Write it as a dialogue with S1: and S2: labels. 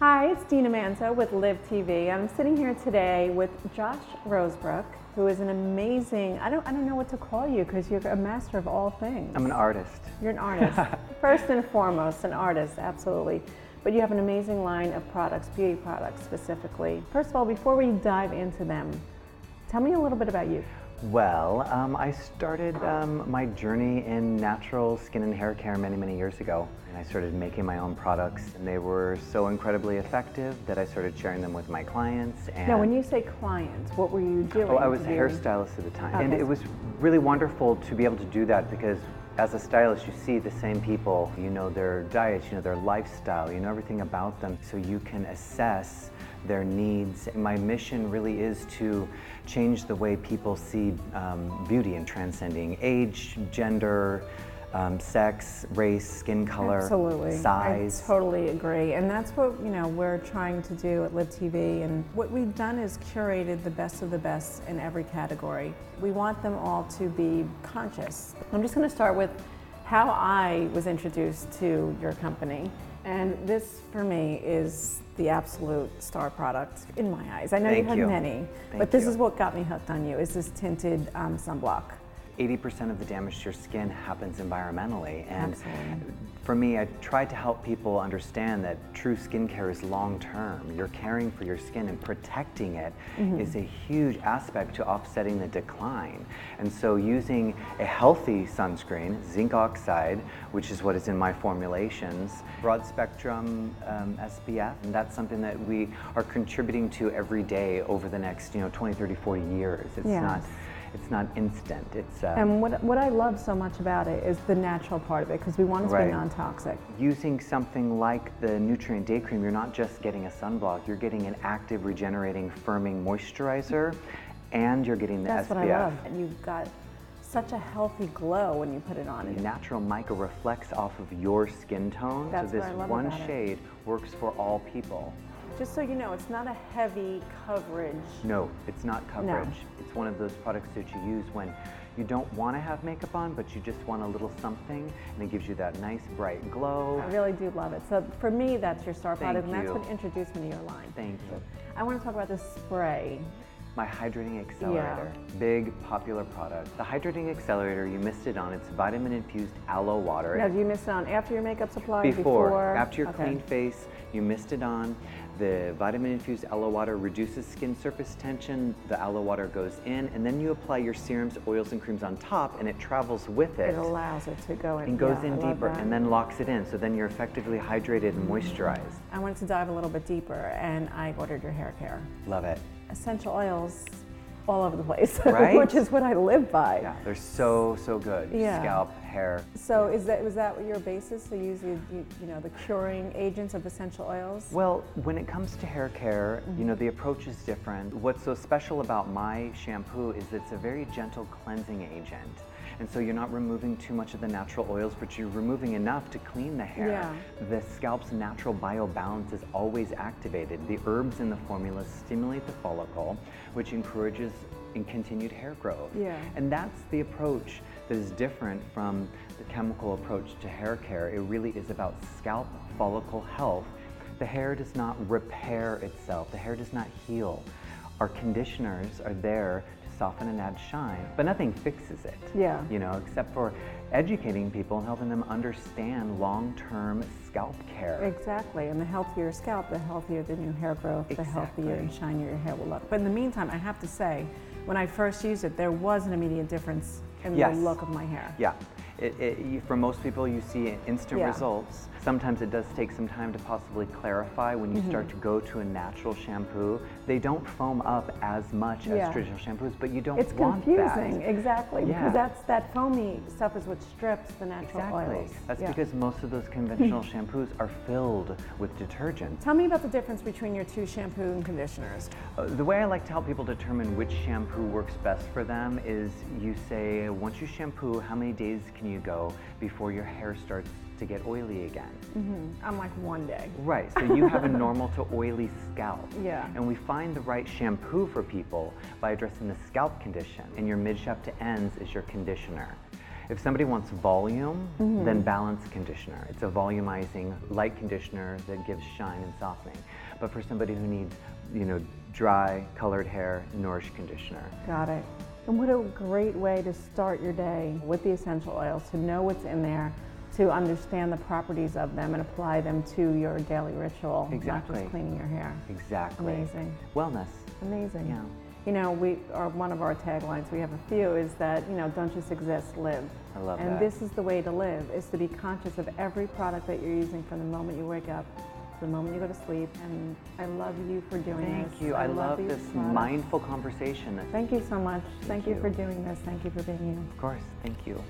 S1: Hi, it's Dina Manzo with Live TV. I'm sitting here today with Josh Rosebrook, who is an amazing, I don't, I don't know what to call you because you're a master of all things.
S2: I'm an artist.
S1: You're an artist. First and foremost, an artist, absolutely. But you have an amazing line of products, beauty products specifically. First of all, before we dive into them, tell me a little bit about you.
S2: Well, um, I started um, my journey in natural skin and hair care many, many years ago. And I started making my own products, and they were so incredibly effective that I started sharing them with my clients. And
S1: Now, when you say clients, what were you doing?
S2: Oh, I was a
S1: to do-
S2: hairstylist at the time.
S1: Okay.
S2: And it was really wonderful to be able to do that because as a stylist, you see the same people. You know their diets, you know their lifestyle, you know everything about them, so you can assess their needs. My mission really is to change the way people see um, beauty and transcending age, gender, um, sex, race, skin color,
S1: Absolutely.
S2: size.
S1: I totally agree. And that's what, you know, we're trying to do at Live TV. And what we've done is curated the best of the best in every category. We want them all to be conscious. I'm just going to start with how I was introduced to your company. And this, for me, is the absolute star product in my eyes. I know
S2: Thank
S1: you have
S2: you.
S1: many,
S2: Thank
S1: but this
S2: you.
S1: is what got me hooked on you, is this tinted um, sunblock.
S2: 80% of the damage to your skin happens environmentally. And
S1: Absolutely.
S2: for me, I try to help people understand that true skincare is long term. You're caring for your skin and protecting it is a huge aspect to offsetting the decline. And so, using a healthy sunscreen, zinc oxide, which is what is in my formulations, broad spectrum um, SPF, and that's something that we are contributing to every day over the next, you know, 20, 30, 40 years. It's
S1: Yes.
S2: not it's not instant. It's uh,
S1: And what, what I love so much about it is the natural part of it because we want it to be
S2: Right.
S1: non toxic.
S2: using something like the nutrient day cream. You're not just getting a sunblock. You're getting an active, regenerating, firming moisturizer, and you're getting the
S1: That's
S2: SPF.
S1: what I love. And you've got such a healthy glow when you put it on.
S2: The
S1: And
S2: natural mica reflects off of your skin tone.
S1: That's
S2: so
S1: what
S2: this
S1: I love
S2: one
S1: about it.
S2: shade works for all people.
S1: just so you know, it's not a heavy coverage.
S2: No, it's not coverage. It's one of those products that you use when you don't want to have makeup on, but you just want a little something, and it gives you that nice bright glow.
S1: I really do love it. So for me, that's your star product,
S2: Thank
S1: and that's
S2: you.
S1: what introduced me to your line.
S2: Thank you.
S1: I want to talk about this spray.
S2: My hydrating accelerator, big popular product. The hydrating accelerator, you missed it on. It's vitamin infused aloe water.
S1: Now, do you miss it on after your makeup's applied?
S2: before,
S1: Before,
S2: after your
S1: Okay.
S2: clean face, you missed it on. The vitamin infused aloe water reduces skin surface tension. The aloe water goes in, and then you apply your serums, oils, and creams on top, and it travels with it
S1: It allows it to go in.
S2: and goes
S1: yeah, I
S2: in
S1: love
S2: deeper,
S1: that.
S2: and then locks it in. So then you're effectively hydrated and moisturized.
S1: I wanted to dive a little bit deeper, and I ordered your hair care.
S2: Love it.
S1: essential oils all over the place,
S2: Right?
S1: which is what I live by.
S2: Yeah, they're so so good.
S1: Yeah.
S2: Scalp, hair.
S1: So is that was that your basis to use the you, you know the curing agents of essential oils?
S2: Well, when it comes to hair care, you
S1: Mm-hmm.
S2: know, the approach is different. What's so special about my shampoo is it's a very gentle cleansing agent. And so you're not removing too much of the natural oils, but you're removing enough to clean the hair.
S1: Yeah.
S2: The scalp's natural biobalance is always activated. The herbs in the formula stimulate the follicle, which encourages in continued hair growth.
S1: Yeah.
S2: And that's the approach that is different from the chemical approach to hair care. It really is about scalp follicle health. The hair does not repair itself, the hair does not heal. Our conditioners are there to soften and add shine, but nothing fixes it.
S1: Yeah.
S2: You know, except for educating people and helping them understand long term scalp care.
S1: Exactly, and the healthier your scalp, the healthier the new hair growth, the healthier and shinier your hair will look. But in the meantime, I have to say, when I first used it, there was an immediate difference in
S2: Yes.
S1: the look of my hair.
S2: Yeah. It, it, you- for most people, you see instant
S1: Yeah.
S2: results. Sometimes it does take some time to possibly clarify when you
S1: Mm-hmm.
S2: start to go to a natural shampoo. They don't foam up as much
S1: Yeah.
S2: as traditional shampoos, but you don't
S1: It's
S2: want
S1: confusing,
S2: that.
S1: exactly,
S2: Yeah.
S1: because that's that foamy stuff is what strips the natural
S2: Exactly.
S1: oils.
S2: That's
S1: Yeah.
S2: because most of those conventional shampoos are filled with detergents.
S1: Tell me about the difference between your two shampoo and conditioners.
S2: Uh, The way I like to help people determine which shampoo works best for them is you say, once you shampoo, how many days can you go before your hair starts to get oily again?
S1: I'm like one day.
S2: Right, so you have a normal to oily scalp.
S1: Yeah.
S2: And we find the right shampoo for people by addressing the scalp condition, and your mid shaft to ends is your conditioner. If somebody wants volume,
S1: Mm-hmm.
S2: then Balance Conditioner. It's a volumizing light conditioner that gives shine and softening. But for somebody who needs, you know, dry colored hair, Nourish Conditioner.
S1: Got it. And what a great way to start your day with the essential oils, to know what's in there, to understand the properties of them and apply them to your daily ritual, not
S2: Exactly.
S1: just cleaning your hair.
S2: Exactly.
S1: Amazing.
S2: Wellness.
S1: Amazing.
S2: Yeah.
S1: You know, we are one of our taglines we have a few is that, you know, don't just exist, live.
S2: I love
S1: and
S2: that.
S1: this is the way to live is to be conscious of every product that you're using from the moment you wake up to the moment you go to sleep. And I love you for doing this.
S2: Thank you. I, love,
S1: these
S2: this
S1: products.
S2: mindful conversation.
S1: Thank you so much. Thank, you
S2: you.
S1: for doing this. Thank you for being you.
S2: Of course. Thank you.